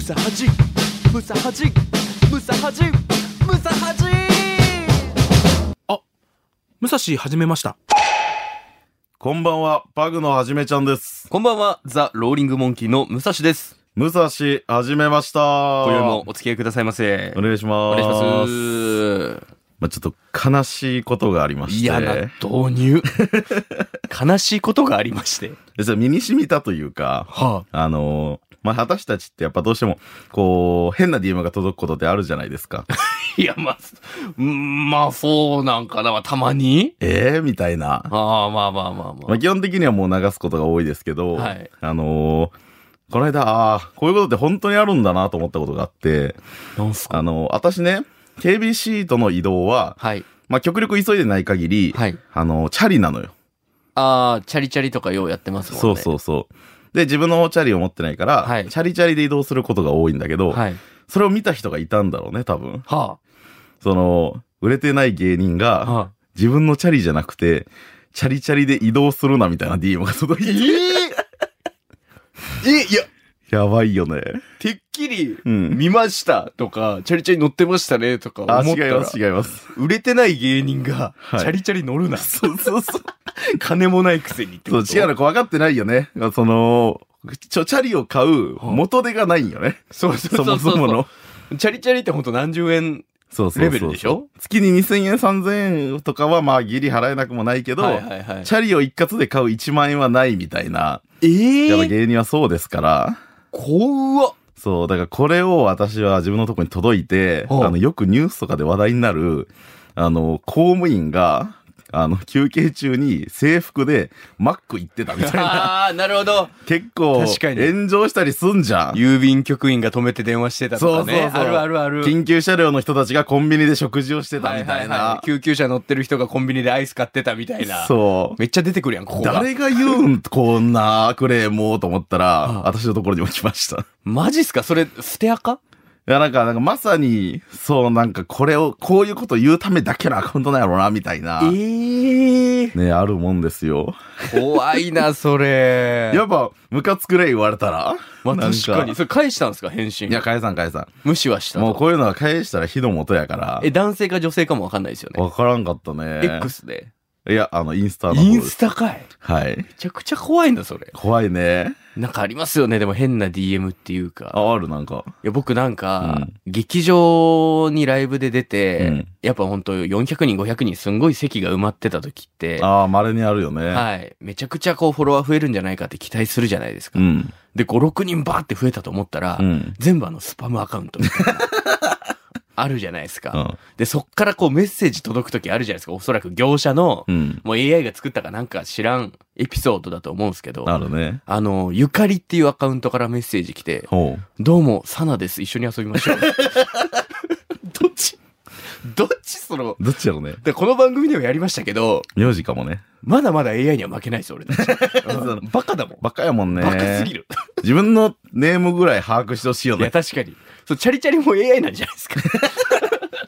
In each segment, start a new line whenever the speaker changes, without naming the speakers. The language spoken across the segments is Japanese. サハジムサハジムサハジムサハジ
武蔵始めました。
こんばんは、パグのはじめちゃんです。
こんばんは、ザ・ローリング・モンキーの武蔵です。
武蔵、はじめました。
今宵もお付き合いくださいませ。
お願いし
お
ます。
願いしま
まあ、ちょっと悲しいことがありまして。
嫌な導入。 悲しいことがありまして。
でそれ身に染みたというか、
は
あのーまあ、私たちってやっぱどうしても、こう、変な DM が届くことってあるじゃないです か。
あ、いや、まあ、うんまあ、そうなんかな、まあたまに。
ええみたいな。
ああ、まあまあまあまあ。
まあ、基本的にはもう流すことが多いですけど、
はい
あのーこの間、ああ、こういうことって本当にあるんだなと思ったことがあって、
なんす
あのー私ね、KBC との移動は、
はい。
まあ、極力急いでない限り、
はい
あのーチャリなのよ。
ああ、チャリチャリとかようやってますもんね。
そうそうそう。で、自分のチャリを持ってないから、
はい
チャリチャリで移動することが多いんだけど、
はい。
それを見た人がいたんだろうね、多分。
は
その、売れてない芸人
あ。
が、
はあ。
自分のチャリじゃなくて、チャリチャリで移動するな、みたいな DM が届いて。
え、いや、
やばいよね。
てっきり、
うん。
見ましたとか、チャリチャリ乗ってましたねとか
あ、
思
違
った
い
ら
ま、す、違います。
売れてない芸人が、
はい
チャリチャリ乗るな。
そうそうそう。
金もないくせにって
そう、
こと
違うの、こう分かってないよね。その、ちょ、チャリを買う
はあ
元手がないんよね。
そう そ
そう
そう
もそもの。
チャリチャリってほんと何十円
そうそうそう。
レベルでしょ
月に2000円、3000円とかは、まあ、ギリ払えなくもないけど、
はいはいはい。
チャリを一括で買う1万円はないみたいな。
え
やっぱ
え
芸人はそうですから。
怖っ
そう、だからこれを私は自分のとこに届いて、
はあ
あの、よくニュースとかで話題になる、あの、公務員が、あの、休憩中に制服でマック行ってたみたいな。
ああ、なるほど。
結構、
確かに
炎上したりすんじゃん。
郵便局員が止めて電話してたとかね。
そうそうそう
あるあるある。
緊急車両の人たちがコンビニで食事をしてたみたい
ははは
な。
救急車乗ってる人がコンビニでアイス買ってたみたいな。
そう。
めっちゃ出てくるやん、ここが。
誰が言うん、こんなクレームをと思ったら、
あ
私のところにも来ました。い
マジっすかそれ、捨てアカ
や、なんか、なんかまさに、そう、なんかこれを、こういうこと言うためだけのアカウントなんやろうな、みたいな。
ええ
ね、あるもんですよ。
怖いな、それ。
やっぱ、ムカつくれ言われたら。
まあ
なん
確かに。それ返したんですか返信。
いや、返さん返さ
無視はした
ん。
と。
もうこういうのは返したら火の元やから。
え、男性か女性かもわかんないですよね。
わからんかったね。
X で。
いや、あの、インスタの方です。
インスタかい
はい。
めちゃくちゃ怖いんだ、それ。
怖いね。
なんかありますよね、でも変な DM っていうか。
あ、ある、なんか。
いや、僕なんか、
うん
劇場にライブで出て、
うん
やっぱほんと400人、500人、すんごい席が埋まってた時って、
ああ、稀にあるよね。
はい。めちゃくちゃこうフォロワー増えるんじゃないかって期待するじゃないですか。
うん。
で、5、6人バーって増えたと思ったら、
うん。
全部あのスパムアカウントみた いなあるじゃないですか。
うん
で、そっからこうメッセージ届く時あるじゃないですか。おそらく業者の、
うん。
もう AI が作ったかなんか知らんエピソードだと思うんですけど、
あるね。
あの、ゆかりっていうアカウントからメッセージ来て、
ほう。
どうも、サナです。一緒に遊びましょう。 どっちどっちその、
どっちやろうね。
でこの番組でもやりましたけど、
名字かもね。
まだまだ AI には負けないです、俺たち。
の
バカだもん。
バカやもんね。
バカすぎる。
自分のネームぐらい把握してほしいよ
いや、
ね。
確かに。そう、チャリチャリも AI なんじゃないですか。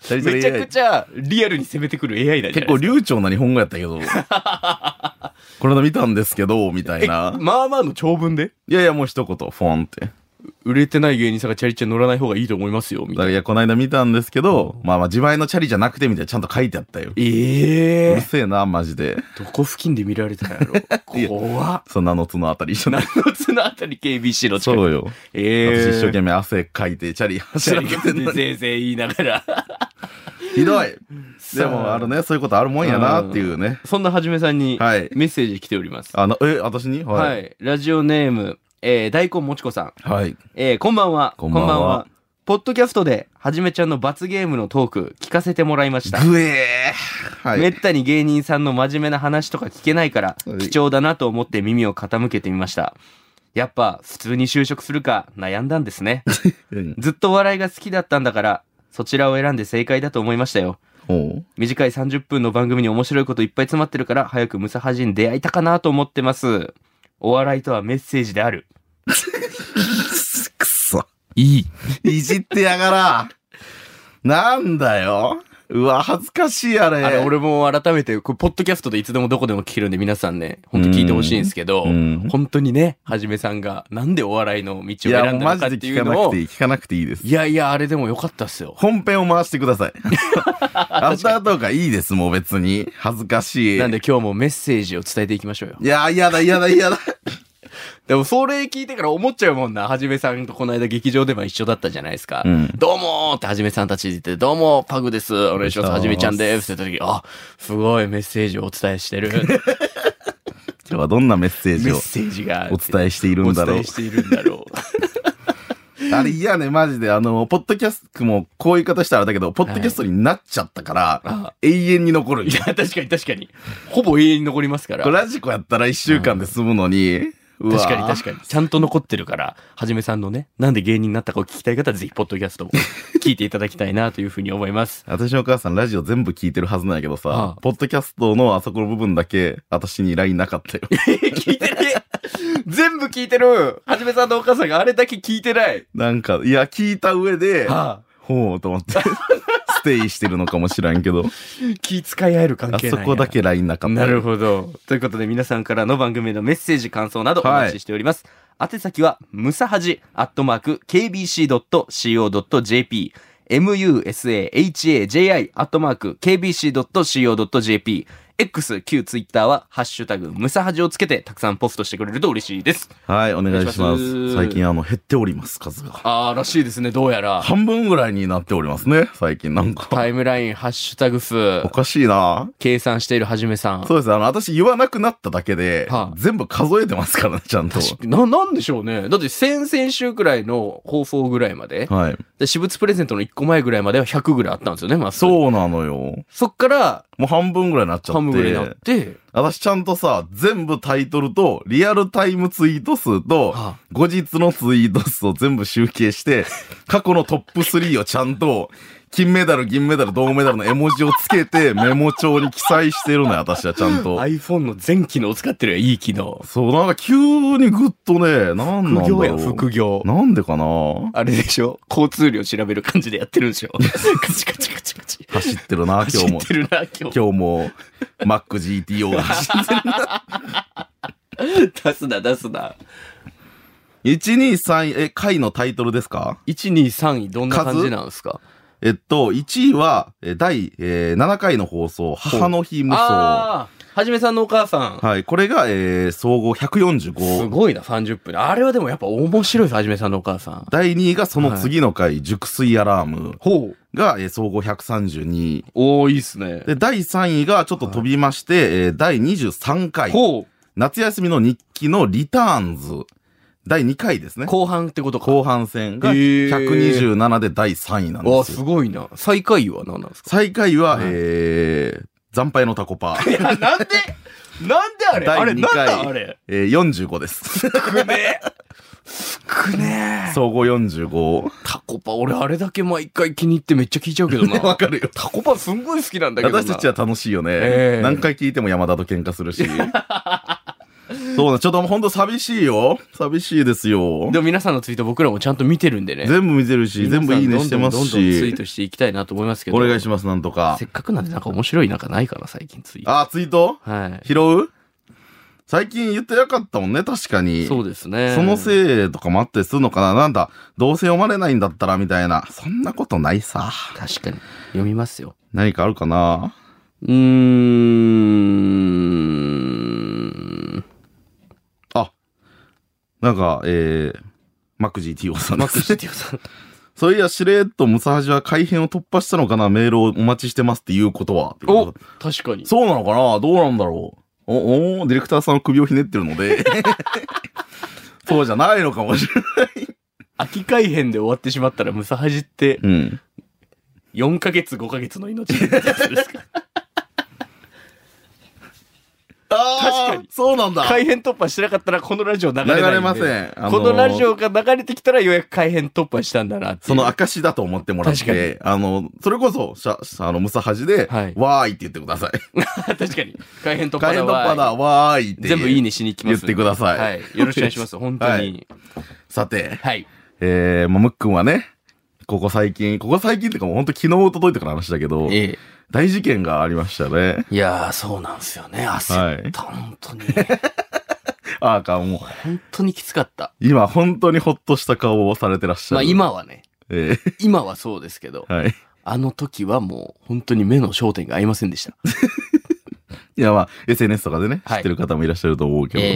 チャリチャ
め
リ
ちゃくちゃリアルに攻めてくる AI なんじゃな
結
い
構
ですか。
流暢な日本語やった けど。これ間見たんですけど、みたいな
え。まあまあの長文で
いやいや、もう一言、フォンって。
売れてない芸人さんがチャリチャリ乗らない方がいいと思いますよ、み
だ
た
か
い
ら、。
ない
や、この間見たんですけど、まあまあ、自前のチャリじゃなくて、みたいな、ちゃんと書いてあったよ。う
え
る
え
せえな、マジで。
どこ付近で見られたんや ろ怖っ。
そんなのつのあたり一緒に
何。の綱あたり KBC の近く
そうよ。
ええ
私一生懸命汗かいて、チャリ走らせ てんのに
ぜいぜい言いなが ら。
ひどいでも、あるね、そういうことあるもんやな、っていうね。
そんなはじめさんに
はい
メッセージ来ております。は
あの、え、私に
い。
はい。
ラジオネーム、えー大根もちこさん。
はい。
えーこんばんは。
こんばんは
ポッドキャストで、はじめちゃんの罰ゲームのトーク、聞かせてもらいました。
ぐえーは
め
い。
ったに芸人さんの真面目な話とか聞けないから
はい、
貴重だなと思って耳を傾けてみました。やっぱ、普通に就職するか悩んだんですね。
うん
ずっとお笑いが好きだったんだから、そちらを選んで正解だと思いましたよ。
ほ
短い30分の番組に面白いこといっぱい詰まってるから、早くムサハジに出会いたかなと思ってます。お笑いとはメッセージである。
うくそ。
いい。
いじってやがら。なんだよ。うわ、恥ずかしい、あれ。
あれ、俺も改めて、これポッドキャストでいつでもどこでも聞けるんで、皆さんね、本当聞いてほしいんですけど
うん、
本当にね、はじめさんが、なんでお笑いの道を
い
選
や、も
ん
う
だ
マ
のかっ
ジ
て
で
い
聞
う
かな
のを、
くていい、聞かなくていいです
い。やいや、あれでもよかったっすよ。
本編を回してく ださい。アフタートークはいいです、もう別に。恥ずかしい。
なんで今日もメッセージを伝えていきましょうよ。
いや、嫌だ、嫌だ、 嫌だ。
でもそれ聞いてから思っちゃうもんな。はじめさんとこの間劇場でも一緒だったじゃないですか。
うん
どうもーってはじめさんたち言って、どうもーパグです。お願いします。
お願
はいじ
しま
め
す
ちゃんです。って言った時、あ、すごいメッセージをお伝えしてる。
今日はどんなメッセー
メ
ジ
ッ
を
セージが。
お伝えしているんだ
お
ろ
伝
う
え。しているんだろ
あれ嫌ね、マジで。あの、ポッドキャストも、こういう言い方したらあれだけど、ポッドキャストになっちゃったから、
あ
永遠に残る
う。い。や、確かに確かに。ほぼ永遠に残りますから。
これ
確
ラジコやったら一週間で済むのに。うわ
かに確かに。ちゃんと残ってるから、はじめさんのね、なんで芸人になったかを聞きたい方は、ぜひ、ポッドキャストを聞いていただきたいなというふうに思います。
私のお母さんラジオ全部聞いてるはずなんやけどさ、
ああ
ポッドキャストのあそこの部分だけ私に LINE な かったよ。
聞いてね全部聞いてるはじめさんのお母さんがあれだけ聞いてない、
なんか、いや、聞いた上で、
は
ほうと思って、 ステイしてるのかもしらんけど、
あ、気遣い合える関
あ
係な
そ
んや
こだけ LINE なかった
な
よ。
るほどということで皆さんからの番組へのメッセージ感想などお
はい
待ちしております、宛先はムサハジアットマーク KBC.CO.JP musahaji アットマーク KBC.CO.JP X 旧 Twitter はハッシュタグムサハジをつけてたくさんポストしてくれると嬉しいです
はい、お願い
お願
しま
いします
す。最近あの、減っております、数が。
ああらしいですねどうやら
半分ぐらいになっておりますね、最近なんか。
タイムラインハッシュタグ数
おかしいな
計算しているはじめさん。
そうです。あの、私言わなくなっただけで、
はあ
全部数えてますからね、ちゃんと。
確かな、なんでしょうね。だって先々週くらいの放送ぐらいまで、
はい。
で私物プレゼントの1個前ぐらいまでは100ぐらいあったんですよね、まあ。う。
そうなのよ。
そっから、
もう半分ぐらいになっちゃ
ハム
っ
ぐらいにな
て
っ。て、
私ちゃんとさ、全部タイトルと、リアルタイムツイート数と、
は
後日のツイート数を全部集 計して、過去のトップ3をちゃんと、金メダル、銀メダル、銅メダルの絵文字をつけて、メモ帳に記載してるのよ、私はちゃんと。
iPhone の全機能を使ってるよ、いい機能。
そう、なんか急にグッとね、なんな
副
んだ
業
ろう。
や、副業。
なんでかな
あれでしょ交通量調べる感じでやってるんで しょカチカチカチカチ。
走ってるな、今
走
日も
っ。てるな、今日。
今日も、MacGTO が走っ てる。
出すな、出すな。
123位、え、回のタイトルですか
1、2、3位、どんな感じなんですか
えっと、1位は、え第、えー7回の放送、母の日無双。
ああ、はじめさんのお母さん。
はい、これが、えー総合
す
145。
ごいな、30分。あれはでもやっぱ面白いです、はじめさんのお母さん。
第2位がその次の回、熟睡アラーム
ほう。
が、えー総合132。
おー、いいっすね。
で、第3位がちょっと飛びまして、えー第23回、
ほ
夏休みの日記のリターンズ。第2回です
う。
ね。
後半ってことか。
後半戦が
へー
127で第3位なん
わあ、
ですすよ。
ごいな。最下位は何なんですか
最下位は、
はい
えー、惨敗のタコパ ー。
いや、なんで、なんであ
第二回
れ。
えー、45です。
くねえ。くねえ。
総合45。
タコパ、俺あれだけ毎回気に入ってめっちゃ聞いちゃうけど な。
わかるよ。
タコパすんごい好きなんだけどな。
私たちは楽しいよね。
ええ
何回聞いても山田と喧嘩するし。 そうな、ちょっとほんと寂しいよ。寂しいですよ。
でも皆さんのツイート僕らもちゃんと見てるんでね。
全部見てるし、全部いいね
皆
し
さ
て
んどん
ま
どん
す
どんどんツイー
し
ト。していきたいなと思いますけど。
お願いします、なんとか
せ。っかくなんでなんか面白いなんかないかな、最近ツイート。
あ、ツイート
はい。
拾う最近言ってなかったもんね、確かに。
そうですね。
そのせいとかもあってするのかななんだ、どうせ読まれないんだったらみたいな。そんなことないさ。
確かに。読みますよ。
何かあるかな
うーん。
なんか、えー、マック GTO さん
マ
で
ック
す
ス。ティオさん。
そういや、しれっとムサハジは改編を突破したのかなメールをお待ちしてますっていうことは。
お確かに。
そうなのかなどうなんだろうお、おーディレクターさんは首をひねってる ので。そうじゃないのかもしれない。
秋改編で終わってしまったら、ムサハジって
うん。
4ヶ月、5ヶ月の命ってやつですか
あ
確
あ
かに
そうなんだ
改編突破してなかったら、このラジオ流れ
流
ないんで
れませ。ん。あ
このラジ
オ。
オが流れてきたらようやく改編突破したんだなっていう
その証だと思ってもらっ
確
て、あの、それこそ、しゃ、あの、ムサハジで、
はい
わーいって言ってください。
確かに。改編突破
改編
だ
突破
わ
だ、わーいって。
全部いい
ね。
ねしに行きますんで。
言ってください
はい。よろしくお願いします。本当に。
さて、
はい。
えー、まあ、むっくんはね、ここ最近、ここ最近っていうかもう本当昨日、一昨日とかの話だけど、
え
大事件がありましたね。
え。いやー、そうなんですよね。焦った、本当に。
あーかんもう。
本当にきつか った。
今、本当にほっとした顔をされてらっしゃる。
まあ、今はね、
え
今はそうですけど
え、はい。
あの時はもう本当に目の焦点が合いませんでした。
いや、まあ、SNS とかでね、知
はい
ってる方もいらっしゃると思うけど、
え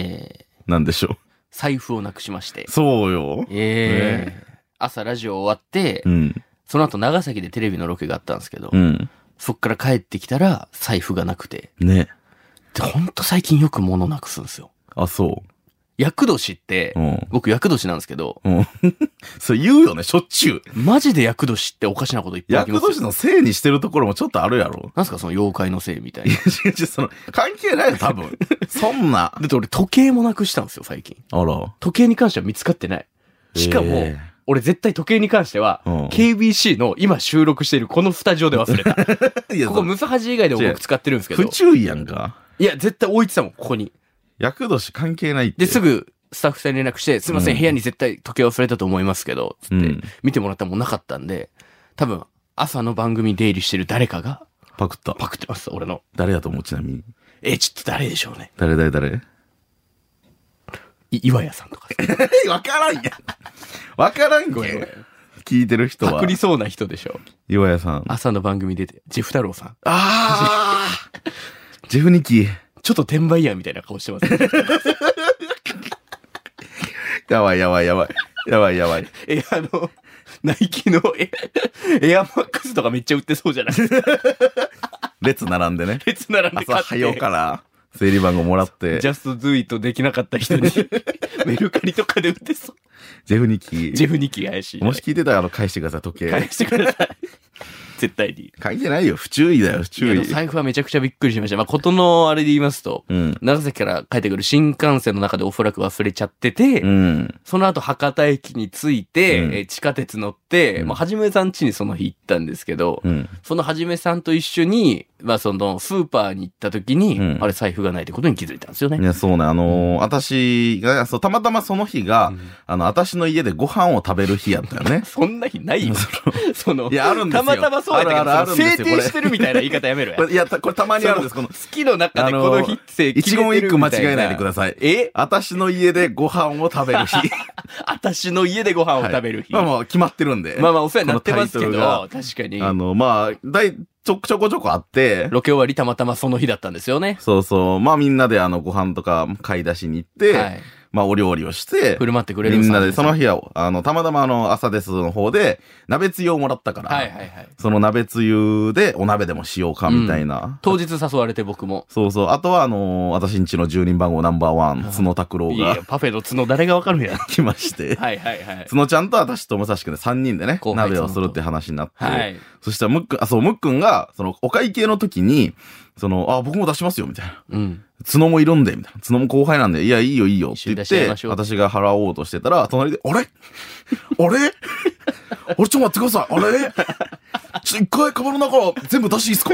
え
なんでしょ
財布をなくしまして
う。。そうよ。
え
ね
え朝ラジオ終わって、
うん。
その後長崎でテレビのロケがあったんですけど、
うん。
そっから帰ってきたら財布がなくて。
ね。
で、ほんと最近よく物なくすんですよ。
あ、そ
厄年って、
う。うん。
僕厄年なんですけど、
うん。それ言うよね、しょっちゅう。
マジで厄年っておかしなこといっぱいありま
厄
すよ。
年のせいにしてるところもちょっとあるやろ。
なんすかその妖怪のせいみたい
い
な
や。違う違うその、関係ないよ、多 分。そんな。
だって俺時計もなくしたんですよ、最近。
あら。
時計に関しては見つかってない。しかも、
え
俺絶対時計に関しては、
うん
KBC の今収録しているこのスタジオで忘れた。こ
えいや、
こムサハジ以外でも
違う
僕使ってるんですけ
不
ど。
注意やんか。
いや、絶対置いてたもん、ここに。
厄年関係ないっ
で、
て。
すぐスタッフさんに連絡して、すいません、
うん
部屋に絶対時計忘れたと思いますけど、つって、
うん
見てもらったらもうなかったんで、多分、朝の番組出入りしてる誰かが
パクった。
パクってます、俺の。
誰やと思うちなみに。
え、ちょっと誰でしょうね。
誰誰誰
い岩屋さんとか。
え、わからんやん。わからん
ごめんごめ
け
ん。
聞いてる 人
パ
は
ク、りそうな人でしょ。
岩屋さん。
朝の番組出て、ジェフ太郎さん。
あージェフニキ。い
ちょっと転売屋みたいな顔してます、 ね。
やばいやばいやばい。やばいやばい。
え、あの、ナイキのエエアマックスとかめっちゃ売ってそうじゃないですか。
列並んでね。
別並んで
朝
買って。
早うから、整理番号もらって、
ジャストズイートできなかった人 に、メルカリとかで売ってそう。
ジェフニキ。
ジェフニキ怪しい。
もし聞いてたら、あの、返してください、時計
返。してください。絶対に。
関係ないよ。不注意だよ、不注
いや
意。
財布はめちゃくちゃびっくりしました。まあ、ことのあれで言いますと、
うん。
長崎から帰ってくる新幹線の中でおそらく忘れちゃってて、
うん。
その後博多駅に着いて、
うん
え地下鉄乗って、
うん
まあ、はじめさん家にその日行ったんですけど、
うん。
そのはじめさんと一緒に、まあ、その、スーパーに行った時に、
うん
あれ財布がないってことに気づいたんですよ
い
ね。
や、そうね。あのー私が、そう、たまたまその日が、
うん。
あの、私の家でご飯を食べる日やったよね
そんな日 ないよ。その、
いやあるんですよ
たまたまそうやったけど、
あるあるあるんですよ
その制定してるみ たいな言い方やめろや。
こ
好
れいや、たこれたまにあるんです。この、
きの中でこの日って
一言一句間違えないでくだ
さ
さい。
え
私の家でご飯を食べ る日。
私の家でご飯を食べる日。
はいまあまあ、決まってるんで。
まあまあ、お世話になってますけ
こ
ど、
のタ
確かに。
あの、まあ、だい、ちょ、ちょこちょこあって、
ロケ終わりたまたまその日だったんですよね。
そうそう。まあみんなであの、ご飯とか買い出しに行って、
はい。
まあお料理をして、
振る舞ってくれ
み
る
んなで、その
日。
日は、あの、たまたまあの、朝ですの方で、鍋つゆをもらったから、
はいはいはい。
その鍋つゆでお鍋でもしようか、みたいな。
当日誘われて僕も。
そうそう。あとは、あのー私んちの住人番号ナンバーワン、角拓郎
い
が
や、パフェの角誰がわかるんや。
来まして、
はいはいはい。
角ちゃんと私と武蔵くんで3人でね、
後輩
鍋をするって話になって、
はい。
そしたらムックン、あ、そう、ムックンが、その、お会計の時に、その、あ、僕も出しますよ、みたいな。
うん。
角もいるんで、みたいな。角も後輩なんで、いや、いいよ、いいよ、っ
一緒
て
に
言
出
っ
し合い
て
まし、ょう
私が払おうとしてたら、隣で、あれあれあれ、ちょっと待ってください。あれちょっと一回、カバンの中から全部出していいっすか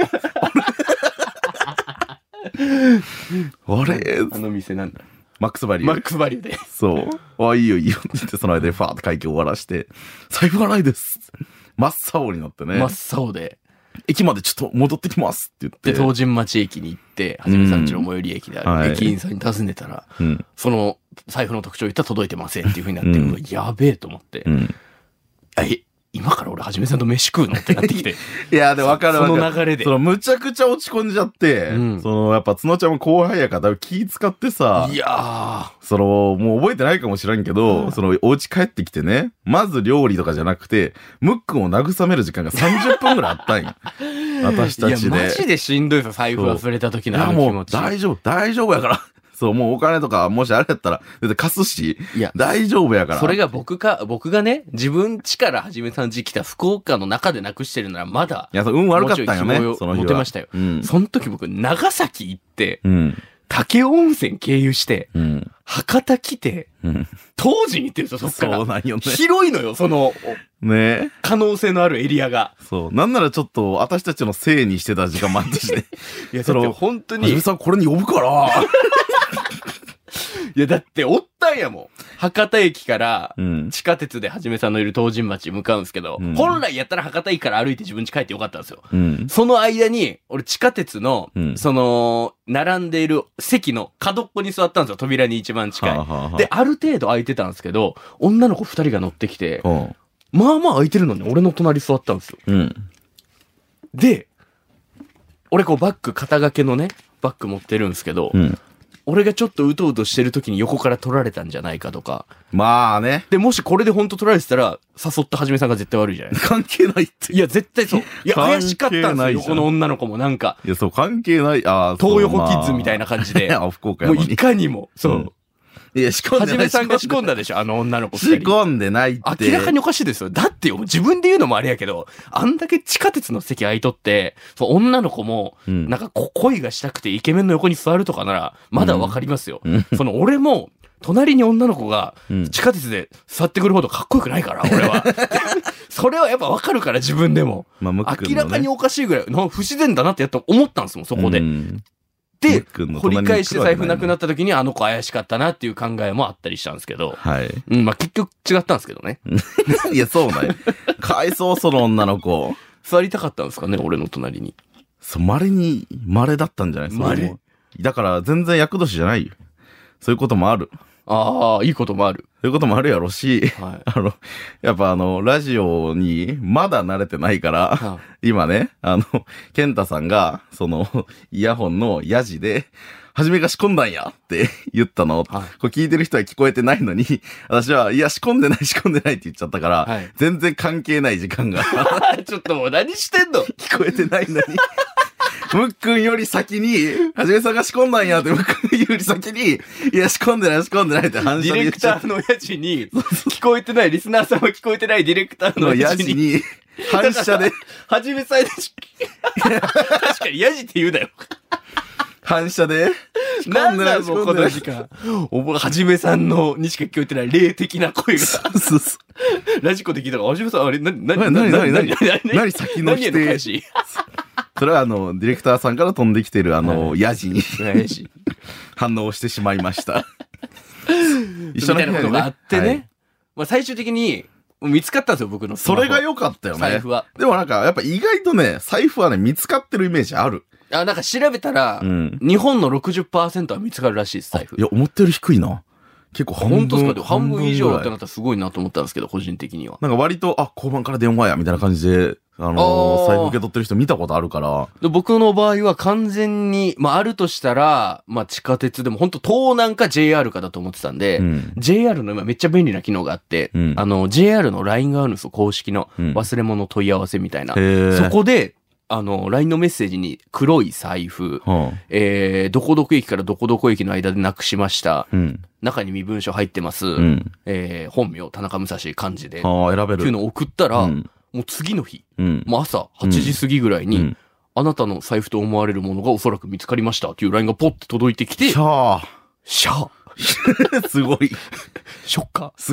あれ あれ
あの店なんだ。
マックスバリュー。
マックスバリューで。
そう。あ、いいよいいよって言って、その間でファーって会計終わらして、財布がないです。真っ青になってね
真。っ青で。
駅までちょっと戻ってきますって
で、
言って。
東神町駅に行って、はじめさんちの最寄り駅であ
はい
る駅員さんに尋ねたら、
うん。
その財布の特徴言ったら届いてませんっていうふうになって、
うん
うわやべえと思って
う。ん。
え、今から俺はじめさんと飯食うのってなってきて。
いや、で、 わかるわかる。
その流れで
その、むちゃくちゃ落ち込んじゃって、
うん
その、やっぱ、角ちゃんも後輩やから、だいぶ気使ってさ
い、やー。
その、もう覚えてないかもしらんけど、その、お家帰ってきてね、まず料理とかじゃなくて、ムックンを慰める時間が30分ぐらいあったんや。私たち
いや、マ
で。
ジでしんどいぞ、財布忘れた時
い
の
や
あ の気
もう
持ち。
大丈夫、大丈夫やから。そう、もうお金とか、もしあれやったら、だって貸すし、
いや
大丈夫やから。
それが僕か、僕がね、自分家からはじめさん家来た福岡の中でなくしてるならまだ
い、や、そう運悪かったん
も
よね
うちょい希望を、
その日は。
持てましたよ
うん。
その時僕、長崎行って、
うん。
武雄温泉経由して、
うん。
博多来て、
うん。
当時に行ってるんですよ、そっか
そう
ら。
なんよね。
広いのよ、その、
ね
可能性のあるエリアが。
そう。なんならちょっと、私たちのせいにしてた時間もあ ったしね。
いや、
そ
そ
の
れ本当
はじめ
に、
さん、これに呼ぶから。
いや、だっておったんやもん。博多駅から、
うん。
地下鉄ではじめさんのいる東神町向かうんですけど、
うん
本来やったら博多駅から歩いて自分家帰ってよかったんですよ。
うん。
その間に、俺地下鉄の、
うん
その、並んでいる席の角っこに座ったんですよ。扉に一番近い。
はあはあはあ
で、、ある程度空いてたんですけど、女の子二人が乗ってきて、
うん。
まあまあ空いてるのに俺の隣座ったんですよ。
うん。
で、俺こうバッグ、肩掛けのね、バッグ持ってるんですけど、
うん。
俺がちょっとうとうとしてる時に横から取られたんじゃないかとか。
まあね。
で、もしこれで本当取られてたら、誘ったはじめさんが絶対悪いじゃないですか。
関係ないって。
いや、絶対そう。いや、
関係
怪しかったんです
ないじ
よ、
ゃん
この女の子もなんか、
いや、そう、関係ない。ああ、
東横キッズみたいな感じで、
あ、福 岡
も
や
う
の
い
に。。
かにも、そううん
いや、仕込
は
んで
じ
ない。
めさんが仕込んだで しょ、あの女の子
仕
二人。
込んでないって。
明らかにおかしいですよ。だってよ、自分で言うのもあれやけど、あんだけ地下鉄の席空いとって、そう女の子も、
うん
なんかこ恋がしたくてイケメンの横に座るとかなら、まだわかりますよ。
うん
その俺も、隣に女の子が
うん
地下鉄で座ってくるほどかっこよくないから、俺 は。それはやっぱわかるから、自分でも。
まあ、ムック
明
ンのね
らかにおかしいぐらい、な不自然だなってやっと思ったんですもん、そこで。
うんム
で
ッ、クンの
掘り
隣に来るわけ
返して財布なくな
っ
った時にあの子怪しかったなっていう考えもあったりしたんですけど、
はい。
うん、まあ結局違ったんですけどね。
いや、そうなんや。かわいそう、その女の子。
座りたかったんですかね、俺の隣に。
そう、稀に、稀だったんじゃないですか。
稀
だから、全然厄年じゃないよ。そういうこともある。
ああ、いいこともある。
そういうこともあるやろし、
はい。
あの、やっぱあの、ラジオにまだ慣れてないから、
は
今ね、あの、健太さんが、その、イヤホンのヤジで、はじめが仕込んだんやって言ったの。
はい
これ聞いてる人は聞こえてないのに、私は、いや、仕込んでない、仕込んでないって言っちゃったから、
はい
全然関係ない時間が
あ ちょっともう何して んの
聞こえてないのに。 ムックンより先に、はじめさんが仕込んだんやって、ムックンより先に、いや、仕込んでない、仕込んでないって
デ
反射
ィ
で言
レ
っ
ク
ちゃ
タ
っ
ーの親父に、聞こえてない、リスナーさんも聞こえてないディレクター
た
の
の、
親
ヤ
父
ジ
に、
に、反射で、
はじめさんでし、確かにヤジって言うなよ。
反射で、仕込
なんん
でな
だ
い、仕
もう
込
こ
んで
の
ない。
時間。おぼはじめさんのにしか聞こえてない霊的な声が、
そうそう
ラジコで聞いたから、はじめさん、あれ、な、な、な、な、
ななな
な、
な
な、
何先の否定
何や返し
それはあの、ディレクターさんから飛んできてるあの、ヤジに
返し
反応してしまい ました。
みたいなことがあってね。
はい
まあ最終的に、見つかったんですよ、僕のス
そ
マホ。
れが良かったよね。
財布は。
でもなんか、やっぱ意外とね、財布はね、見つかってるイメージある。
あ、なんか調べたら、
ん。
日本の60%は見つかるらしいです、財布
い。や、思ったより低いな。結構半分。
本当ですかでも半分以上ってな
半分ぐらい
ったらすごいなと思ったんですけど、個人的には。
なんか割と、あ、交番から電話や、みたいな感じで、あの
あ
ー、
ー
財布受け取ってる人見たことあるから、
で僕の場合は完全に、まああるとしたら、まあ地下鉄でも本当東南か JR かだと思ってたんで、
うん。
JR の今めっちゃ便利な機能があって、
うん
あの JR の LINE があるんですよ、公式の。
うん
忘れ物問い合わせみたいな。
へー
そこで、あの、LINE のメッセージに黒い財布、
は
えー、どこどこ駅からどこどこ駅の間でなくしました。
あ、うん。
中に身分証入ってます。
うん。
えー、本名、田中武蔵漢字で。っ
ああ、選べ
てい
る。
うのを送ったら、
うん。
もう次の日、
うん。
もう朝8時過ぎぐらいに、
うん
あなたの財布と思われるものがおそらく見つかりましたっていう LINE がポッて届いてきて
し、ゃ
シャー、
ー。すごい。
ショッカー、
す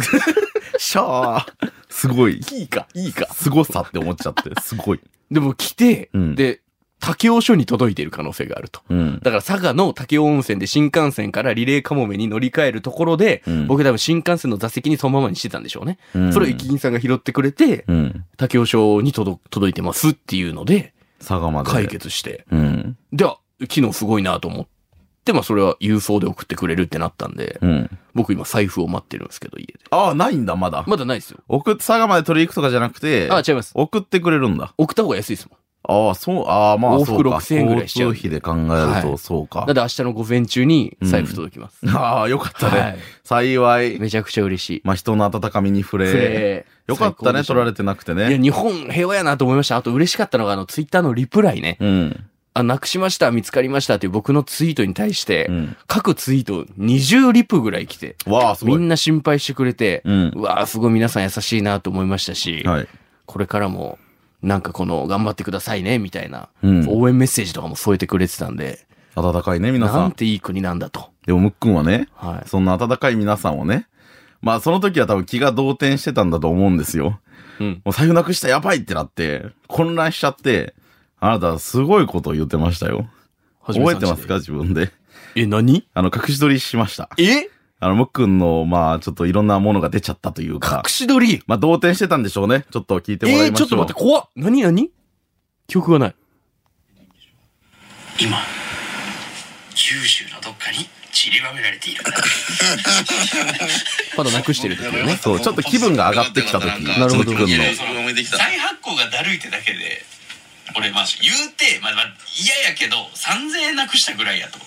しゃー。すごい。
いいか、いいか。
すごさって思っちゃって、すごい。
でも来て、
うん
で、竹雄署に届いている可能性があると。
うん。
だから佐賀の竹雄温泉で新幹線からリレーかもめに乗り換えるところで、
うん
僕多分新幹線の座席にそのままにしてたんでしょうね。それを駅員さんが拾ってくれて、
うん。
竹雄署に届届いてますっていうので、
佐賀まで。
解。決して。
うん。
で、あ機能すごいなと思って、まあそれは郵送で送ってくれるってなったんで、
うん。
僕今財布を待ってるんですけど、家で。
ああ、ないんだ、まだ。
まだないですよ。
送って、佐賀まで取り行くとかじゃなくて、
あ、違います。
送ってくれるんだ。
送った方が安いですもん。
ああ、そう、ああ、まあ、
往
そう
復
か
6000円ぐらいしちゃう
交通費で考える
は
と、
い
そうか
なの。で明日の午前中に財布届きます。
ああ、よかったね。
はい
幸い。
めちゃくちゃ嬉しい。
まあ、人の温かみに触れ。よかったね、取ら
れ
れてなくて
いや、
ね。
日本平和やなと思いました。あと嬉しかったのが、あの、ツイッターのリプライね。
うん。
あ、なくしました、見つかりましたっていう僕のツイートに対して、
うん。
各ツイート20リプぐらい来て、
わあ、す
み
ごい。
んな心配してくれて、
うん
うわあすごい皆さん優しいなと思いましたし、
はい。
これからも、なんかこの、頑張ってくださいね、みたいな、
うん
応援メッセージとかも添えてくれてたんで、
温かいね、皆さ
なん
ん。
ていい国なんだと。
でも、むっくんはね、
はい。
そんな温かい皆さんをね、まあ、その時は多分気が動転してたんだと思うんですよ。
うん。
もう財布なくしたやばいってなって、混乱しちゃって、あなたすごいことを言ってましたよ。
はじめ
覚
さ
え
ん
てますか自分で。
え、何
あの、隠し撮りしました。
え
あの、むっくんの、まあ、ちょっといろんなものが出ちゃったというか
隠、し撮り
まあ、動転してたんでしょうね。ちょっと聞いて
え
もらい
ー、
まし
ち
ょ
ょ
う。
っと待って、怖っ何何記憶がない。
今九州のどっかに散りばめられているから
まだなくしてる時よね。
そう、ちょっと気分が上がってきた時、
なるほど
むっくんの。
思い出きた 再発行がだるいってだけで俺まあ言うてまあまあ嫌、やけど3000円なくしたぐらいやと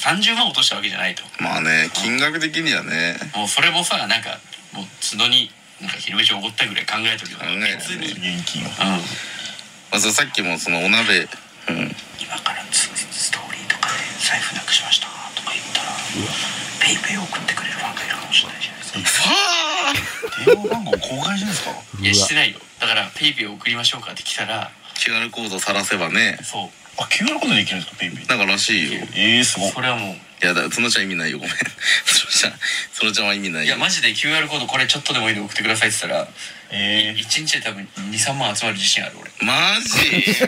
30万落としたわけじゃないと
まあね金額的にはね
もうそれもさなんかもう角になんか昼飯おごったぐらい考えとけば
考え
別
たね
に、うん、
まあ、そうさっきもそのお鍋
今からつストーリーとかで財布なくしましたとか言ったらペイペイ送ってくれるファンがいるかもしれないじゃないですか
電話番号公開してんですか
いやしてないよだからペイペイ送りましょうかって来たら
QR コードさらせばね
そう
あ、QR コードできるんですか、ペイペイ。
なんからしいよ
ええー、すごい。
それはもう
いやだそのちゃん意味ないよごめんそのちゃんそのちゃんは意味ない
い
よ
やマジで QR コードこれちょっとでもいいの送ってくださいって言ったら
え
1日で多分23万集まる自信ある俺
マジ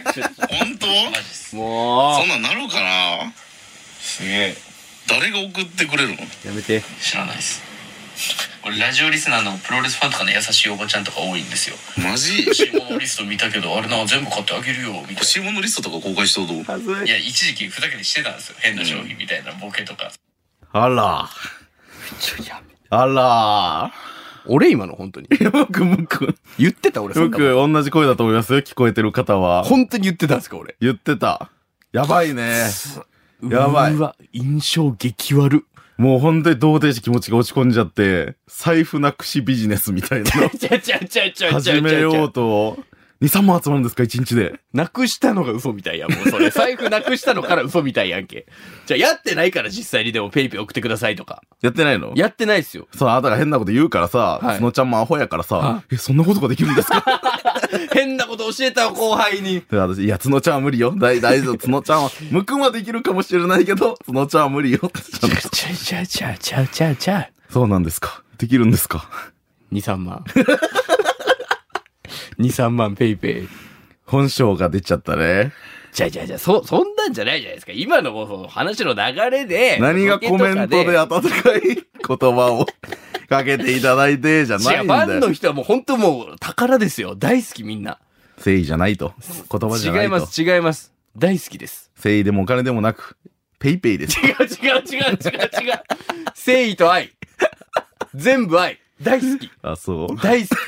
本当
マジです
も
そんなんなるかな
ー、すげえ。
誰が送ってくれるの
う、やめて。
知らないです俺ラジオリスナーのプロレスファンとかの優しいおばちゃんとか多いんですよ
マジ
注文リスト見たけどあれな全部買ってあげるよみたい
欲しいものリストとか公開しとどう
ないや一時期ふざけてしてたんですよ変な商品みたいなボケとか
あら。あら。
俺今の本当に。
いやむっくん、むっくん。
言ってた俺そ
む
ん
っ
な
く
こと
ん、同じ声だと思いますよ。聞こえてる方は。
本当に言ってたんですか俺。
言ってた。やばいね。やばいう
わ、印象激 悪。
もう本当に童貞して気持ちが落ち込んじゃって、財布なくしビジネスみたいなの
ちゃちゃちゃちゃ
始めようと、2、3万集まるんですか、1日で。
なくしたのが嘘みたいやん、もうそ れ。財布なくしたのから嘘みたいやんけ。じゃあ、やってないから実際にでもペイペイ送ってくださいと か。
やってないの
やってないっすよ。
そう、あなたが変なこと言うからさ、
はい
そのちゃんもアホやからさ
は、
え、そんなことができるんですかっ
変なこと教えたわ後輩に。
て私、いや、つのちゃんは無理よ。大 大丈夫、つのちゃんは。むくんはできるかもしれないけど、つのちゃんは無理よ。
ちゃちゃちゃちゃちゃちゃ。
そうなんですか。できるんですか。
2、3万。2、3万ペイペイ。
本性が出ちゃったね。
じゃあじゃあじゃあ、そ、そんなんじゃないじゃないですか。今のもうその話の流れで。
何がコメントで
や
温かい言葉 をかけていただいて、じゃないん
ファン
だ
の
よ。
人はもう本当もう宝ですよ。大好きみんな。
誠意じゃないと。言葉じゃな
違い
いと
ま。す、違います。大好きです。
誠意でもお金でもなく、ペイペイです。
違う違う違う違う違う。誠意と愛。全部愛。大好き。
あ、そう。
大好き。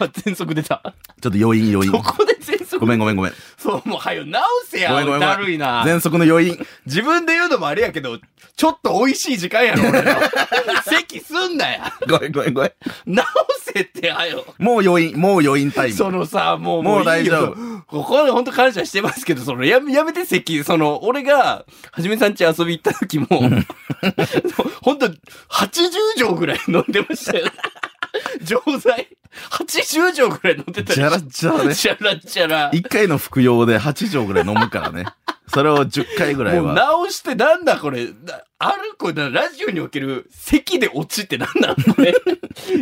あ、全速出た。
ちょっと余韻余韻
こ。こで全速。
ごめんごめんごめん。
そう、もうはよ、直せや。
ごめんごめんごめん
だるいな。
全速の余韻。
自分で言うのもあれやけど、ちょっと美味しい時間やろ、俺 の。席すんなや。
ごめんごめんごめん。
直せってはよ。
もう余韻、もう余韻タイム。
そのさ、もう、
も
いい
う
よ
大丈夫。
ここは本当感謝してますけど、その、やめ、やめて席、その、俺が、はじめさんち遊び行った時も、 本当80錠ぐらい飲んでましたよ。錠剤 ?80 錠ぐらい飲んでたり
じゃらじゃらね
じゃらじゃら。
一回の服用で8錠ぐらい飲むからね。それを10回ぐらい
もう
は。
直してなんだこれ。なあるこれ、ラジオにおける席で落ちってなんなんこれ。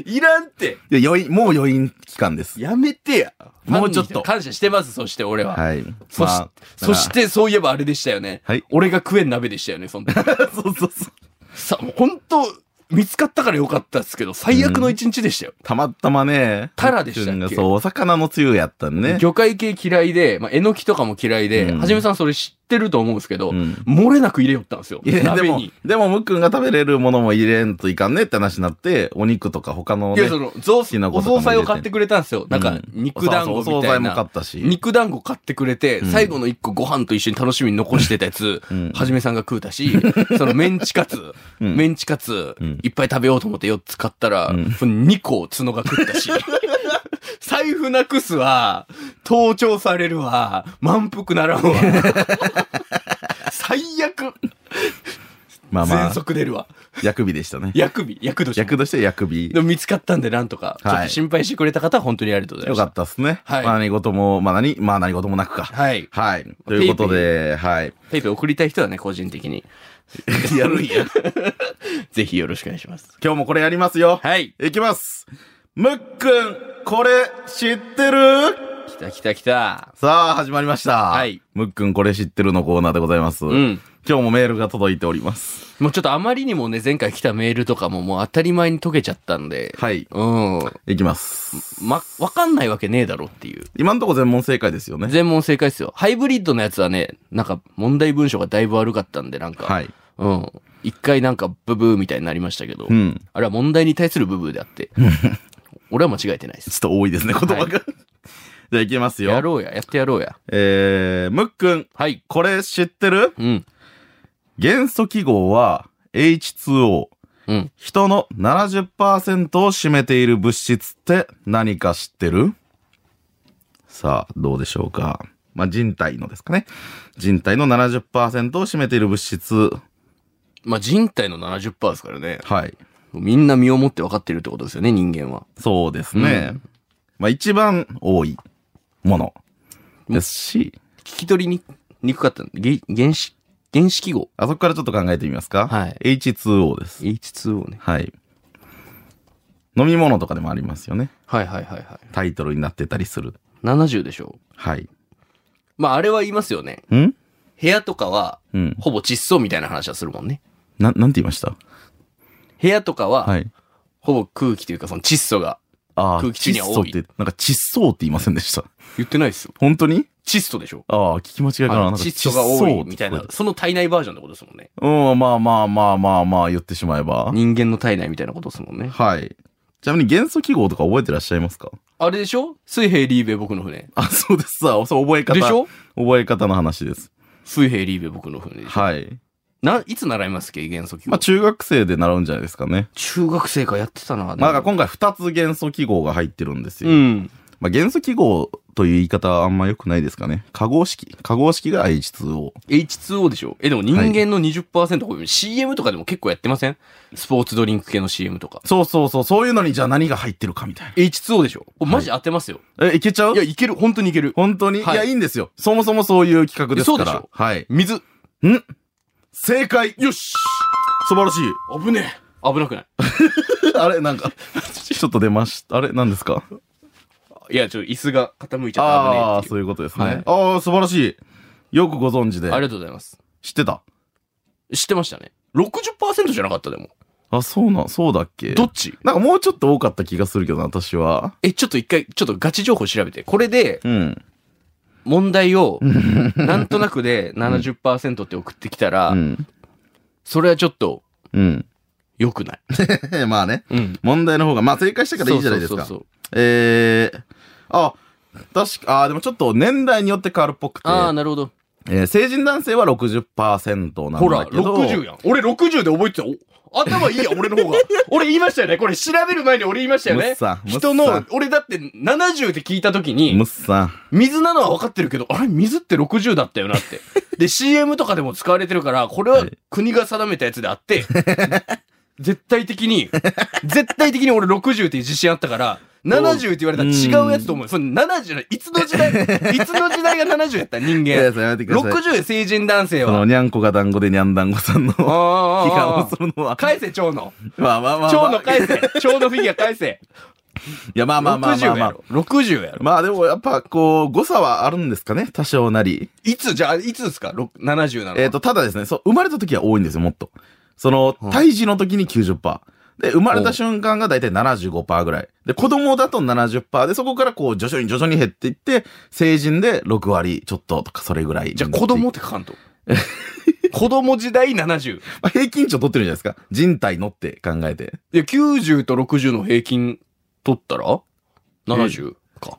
いらんって。
いや余韻、もう余韻期間です。
やめてや。
もうちょっと
ファンに感謝してます、そして俺は。
はい。
そし,、
まあ
そし、て、そういえばあれでしたよね。
はい
俺が食えん鍋でしたよね、そん な。
だからそうそうそう。
さ、もう本当見つかったからよかったですけど、最悪の一日でしたよ。
たまたまね。
タラでしたっけ
くんがそう、お魚のつゆやったんね。
魚介系嫌いで、まあ、えのきとかも嫌いで、
うん
はじめさんそれ知ってると思うんですけど、
うん
漏れなく入れよったんですよ。
いや、で
鍋
も
に。、
でも、むっくんが食べれるものも入れんといかんねって話になって、お肉とか他の
い
ね。
や、その、雑
きな粉
お
とかも入
惣
れて
菜を買ってくれたんですよ。なん
う
か
ん、
肉団子み
そうそうお
た
惣
い
菜も買
な
っ。たし。
肉団子買ってくれて、
ん
最後の一個ご飯と一緒に楽しみに残してたやつ、
うん
はじめさんが食うた し、そのメンチカツ、
うん
メンチカツ
うん、
いっぱい食べようと思って4つ買ったら、
うん
その2個角が食った し、財布なくすわ、盗聴されるわ、満腹なら んわ。最悪、
まあま
全
あ、
速出るわ。
薬味でしたね。
薬味、薬年。
薬として薬味
で。も見つかったんでなんとか、
はい
ちょっと心配してくれた方は本当にありがとうござい
よ
まし
か
た。
ったっすね。
はい
まあ何事も、まあ何、まあ何事もなくか。
はい。
はい。ということで、はい。
ペイペイ送りたい人はね、個人的に。
やるんや。
ぜひよろしくお願いします。
今日もこれやりますよ。
はい。
いきます。むっくん、これ知ってる
来た来た来た。
さあ、始まりました。
はい。
むっくん、これ知ってるのコーナーでございます。
うん。
今日もメールが届いております。
もうちょっとあまりにもね、前回来たメールとかももう当たり前に解けちゃったんで、
はい。
うん。
いきます。
ま、わかんないわけねえだろっていう。
今んとこ全問正解ですよね。
全問正解ですよ。ハイブリッドのやつはね、なんか問題文章がだいぶ悪かったんで、なんか、
はい。
うん。一回なんかブブーみたいになりましたけど、
うん。
あれは問題に対するブブーであ って、俺は間違えてないで
ちょ
す。
っと多いですね、言葉が。 じゃあいきます
や
よ。
ろうや、やってやろうや。
えー、むっくん、
はい。
これ知ってる
うん。
元素記号は H2O。
うん。
人の70%を占めている物質って何か知ってるさあ、どうでしょうか。まあ、人体のですかね。人体の70%を占めている物質。
まあ、人体の70%ですからね。
はい。
みんな身をもって分かってるってことですよね、人間は。
そうですね。
うん
まあ、一番多いものですし、
聞き取りににくかったんで、げ原子、原子記号。
あそこからちょっと考えてみますか。
はい
H2O です。
H2O ね。
はい。飲み物とかでもありますよね。
はいはいはいはい。
タイトルになってたりする。
70でしょ
はい。
まあ、あれは言いますよね。
ん
部屋とかは、
うん。
ほぼ窒素みたいな話はするもんね。
な、なんて言いました
部屋とかは、
はい。
ほぼ空気というか、その窒素が、
ああ、
空気中には多い
窒素って、なんか窒素って言いませんでした。
言ってないですよ。
本当に
窒素でしょ
ああ、聞き間違いかな。なんか
窒素が多いみたい
窒
な
素っ、て聞こ
その体内バージョンってことですもんね。
えたうん、まあまあまあまあまあ、言ってしまえば。
人間の体内みたいなことですもんね。
はい。ちなみに元素記号とか覚えてらっしゃいますか
あれでしょ水平リーベ僕の船。
あ、そうです。さあ、そう覚え方。
でしょ
覚え方の話です。
水平リーベ僕の船でしょ
はい。
な、いつ習いますっけ元素記号。
まあ、中学生で習うんじゃないですかね。
中学生かやってたな。
まあ、だから今回二つ元素記号が入ってるんですよ。
うん。
まあ、元素記号という言い方はあんま良くないですかね。化合式。化合式が H2O。
H2O でしょえ、でも人間の20%これ CM とかでも結構やってませんスポーツドリンク系の CM とか。
そうそうそう。そういうのにじゃあ何が入ってるかみたい
H2O でしょこれマジ当てますよ。
な。え、いけちゃう
いや、いける。本当にいける。
本当に、
はい
い、や、いいんですよ。そもそもそういう企画ですか
えそうでし
ら
ょ。
はい。
水。
正解よし素晴らしい。
危ねえ。危なくない。
あれなんか、 ちょっと出ました。あれ何ですか
いや、ちょっと椅子が傾いちゃって危ねえっ
ああ、
ていう
そういうことですね。
はい
ああ、素晴らしい。よくご存知で。
ありがとうございます。
知ってた
知ってましたね。60%じゃなかったでも。
あ、そうなん、そうだっけ
どっち
なんかもうちょっと多かった気がするけどな、私は。
え、ちょっと一回、ちょっとガチ情報調べて。これで、
うん。
問題 を、なんとなくで70%って送ってきたら、
うん。
それはちょっと、
うん。
良くない。
まあね。
うん。
問題の方が、まあ正解したからいいじゃないですか。
そうそうそう
えー、あ、確か、あーでもちょっと年代によって変わるっぽくて。
ああ、なるほど。
えー成人男性は60%なん
ほら、
だけど。
60やん。俺60で覚えてた。お頭いいや、俺の方が。 俺言いましたよね。これ調べる前に俺言いましたよ
む
ね
っさん。むっさん
人の、俺だって70って聞いた時に
むっ、さん。
水なのは分かってるけど、あれ、水って60だったよなって。で、CM とかでも使われてるから、これは国が定めたやつであって、 絶対的に、絶対的に俺60っていう自信あったから、70って言われたら違うやつと思うよ。それ70じゃない。いつの時代、 いつの時代が70やった人
いやいや
間。
それやめてください。
60で成人男性
その、
は。
にゃんこが団子でにゃん団子さんの 批
あ
判
あ
をするのは。
返せ、蝶野。
まあまあまあまあ。
蝶野返せ。蝶野フィギュア返せ。
いや、まあまあまあまあ
60
ま
や
あ。
ろ。60やろ。
まあでもやっぱこう、誤差はあるんですかね多少なり。
いつ、じゃあ、いつですかろ ?70 なのは。
えっ、と、ただですね、そう、生まれた時は多いんですよ、もっと。その
うん、
胎児の時に90%。で、生まれた瞬間が大体75%ぐらい。で、子供だと70%で、そこからこう、徐々に徐々に減っていって、成人で6割ちょっととか、それぐらい。
じゃあ子供って書かんと。 子供時代70。
まあ、平均値を取ってるんじゃないですか。人体のって考えて。
いや、90と60の平均取ったら ?70 か。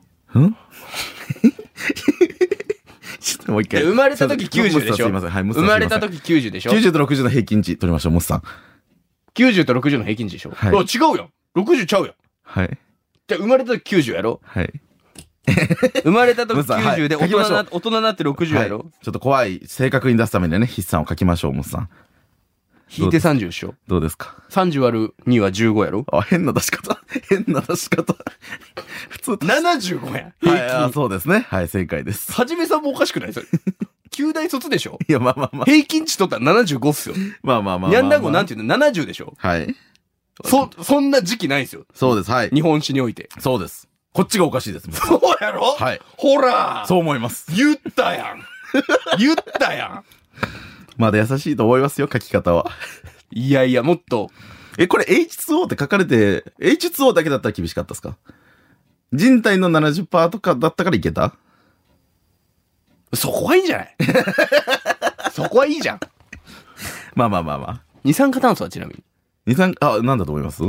ちょっともう一
で
回。
生まれた時
すいません
90でしょ
ムッサンすいません。はい、ムッサ
生
ン
まれた
すい
時90でしょ
ません90と60の平均値取りましょう、モスさん。
?90 と60の平均値でしょ、
はい
あ違うやん !60 ちゃうやん
はい。
じゃあ生まれた時90やろ
はい。
生まれた時
ムッサンはい
90で大人
書きま
な、
し
大人になって60
は
や
い、ち
ろ、
ょっと怖い、正確に出すためにね、筆算を書きましょう、モスさん。
引いて30でしょ
どうですか
?30 割る2は15やろ
あ、変な出し方。 変な出し方。普通、
?75 やん
は
平
い、あ
均。
そうですね。はい、正解です。
はじめさんもおかしくないそれ。9大卒でしょ
いや、まあまあまあ。
平均値取ったら75っすよ。
まあまあまあまあ、まあ。
ヤンダゴなんていうの ?70 でしょ
はい。
そ、そんな時期ないですよ。
そうです。はい。
日本史において。
そうです。こっちがおかしいです。
そうやろ
はい。
ほら
そう思います。
言 ったやん言ったやん
まだ優しいと思いますよ、書き方は。
いやいや、もっと。
え、これ H2O って書かれて、H2O だけだったら厳しかったですか人体の70%とかだったからいけた
そこはいいんじゃない そこはいいじゃん。
まあまあまあまあ。
二酸化炭素はちなみに。
二酸あ、なんだと思います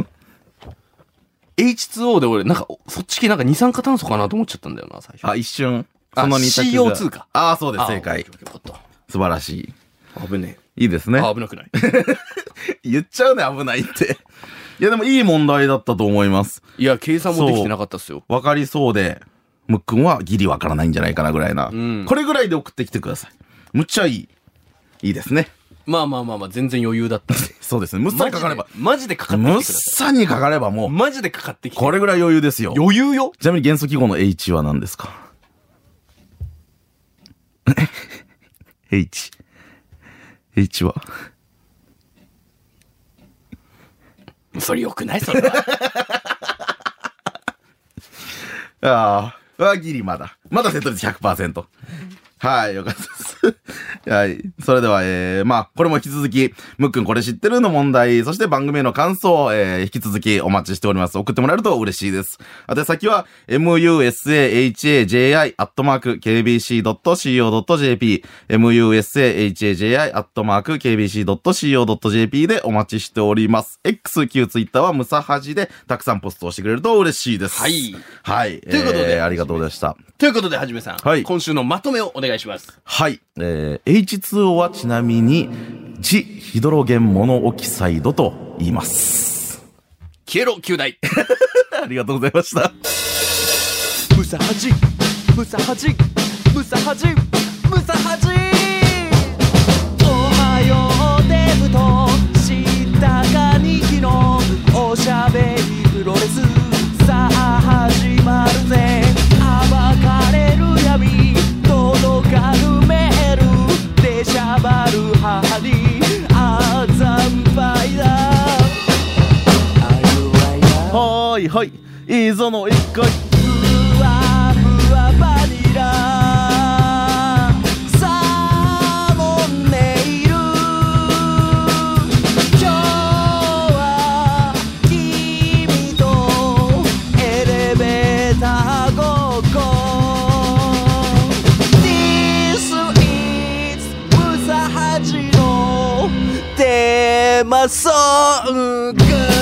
H2O で俺、なんか、おそっち系なんか二酸化炭素かなと思っちゃったんだよな、最初。
あ、一瞬。
あ
その二択じゃ
CO2 か
ああ、そうです。
あ
正解
オッ。ケーオッケーよか
素晴らしい。
った危ね
いいです
え。
ね。
あ危なくない。
言っちゃうね、危ないって。 いや、でもいい問題だったと思います。
いや、計算もできてなかったっすよ。
わかりそうで、むっくんはギリわからないんじゃないかなぐらいな。
ん
これぐらいで送ってきてください。むっちゃいい。いいですね。
まあまあまあまあ、全然余裕だったんで。
そうですね。むっさにかかれば。
マジでマジでかかってき
むって
くださ
さにかかればも
い。
う、
マジでかかってきて。
これぐらい余裕ですよ。
余裕よ。
ちなみに元素記号の H は何ですか ?H。H は
それ良くないそれは。
ああ、はギリまだ。まだセット率100%。はい、よかったです。 はい。それでは、えー、まあ、これも引き続き、むっくんこれ知ってるの問題、そして番組への感想、えー、引き続きお待ちしております。送ってもらえると嬉しいです。あと先は、musahaji.kbc.co.jp、musahaji.kbc.co.jp でお待ちしております。X、Q、Twitter はムサハジでたくさんポストをしてくれると嬉しいです。
はい。
はい。
ということで
えーありがとうございました。
ということで、はじめさん。
はい
今週のまとめをお願いします。
はい。えー、H2O はちなみに、ジヒドロゲンモノオキサイドと言います。
消えろ、9代。
ありがとうございました。
ムサハジムサハジムサハジムサハジおはようデブとしたかにきのおしゃべりプロレスさあ始まるぜ暴かれる闇届かぬメールでしゃばる母にあざんぱいだ
はーい、はい。いいぞの一回。
ふわふわバニラサーモンネイル今日は君とエレベーターごっこ This is ムサハジのテーマソング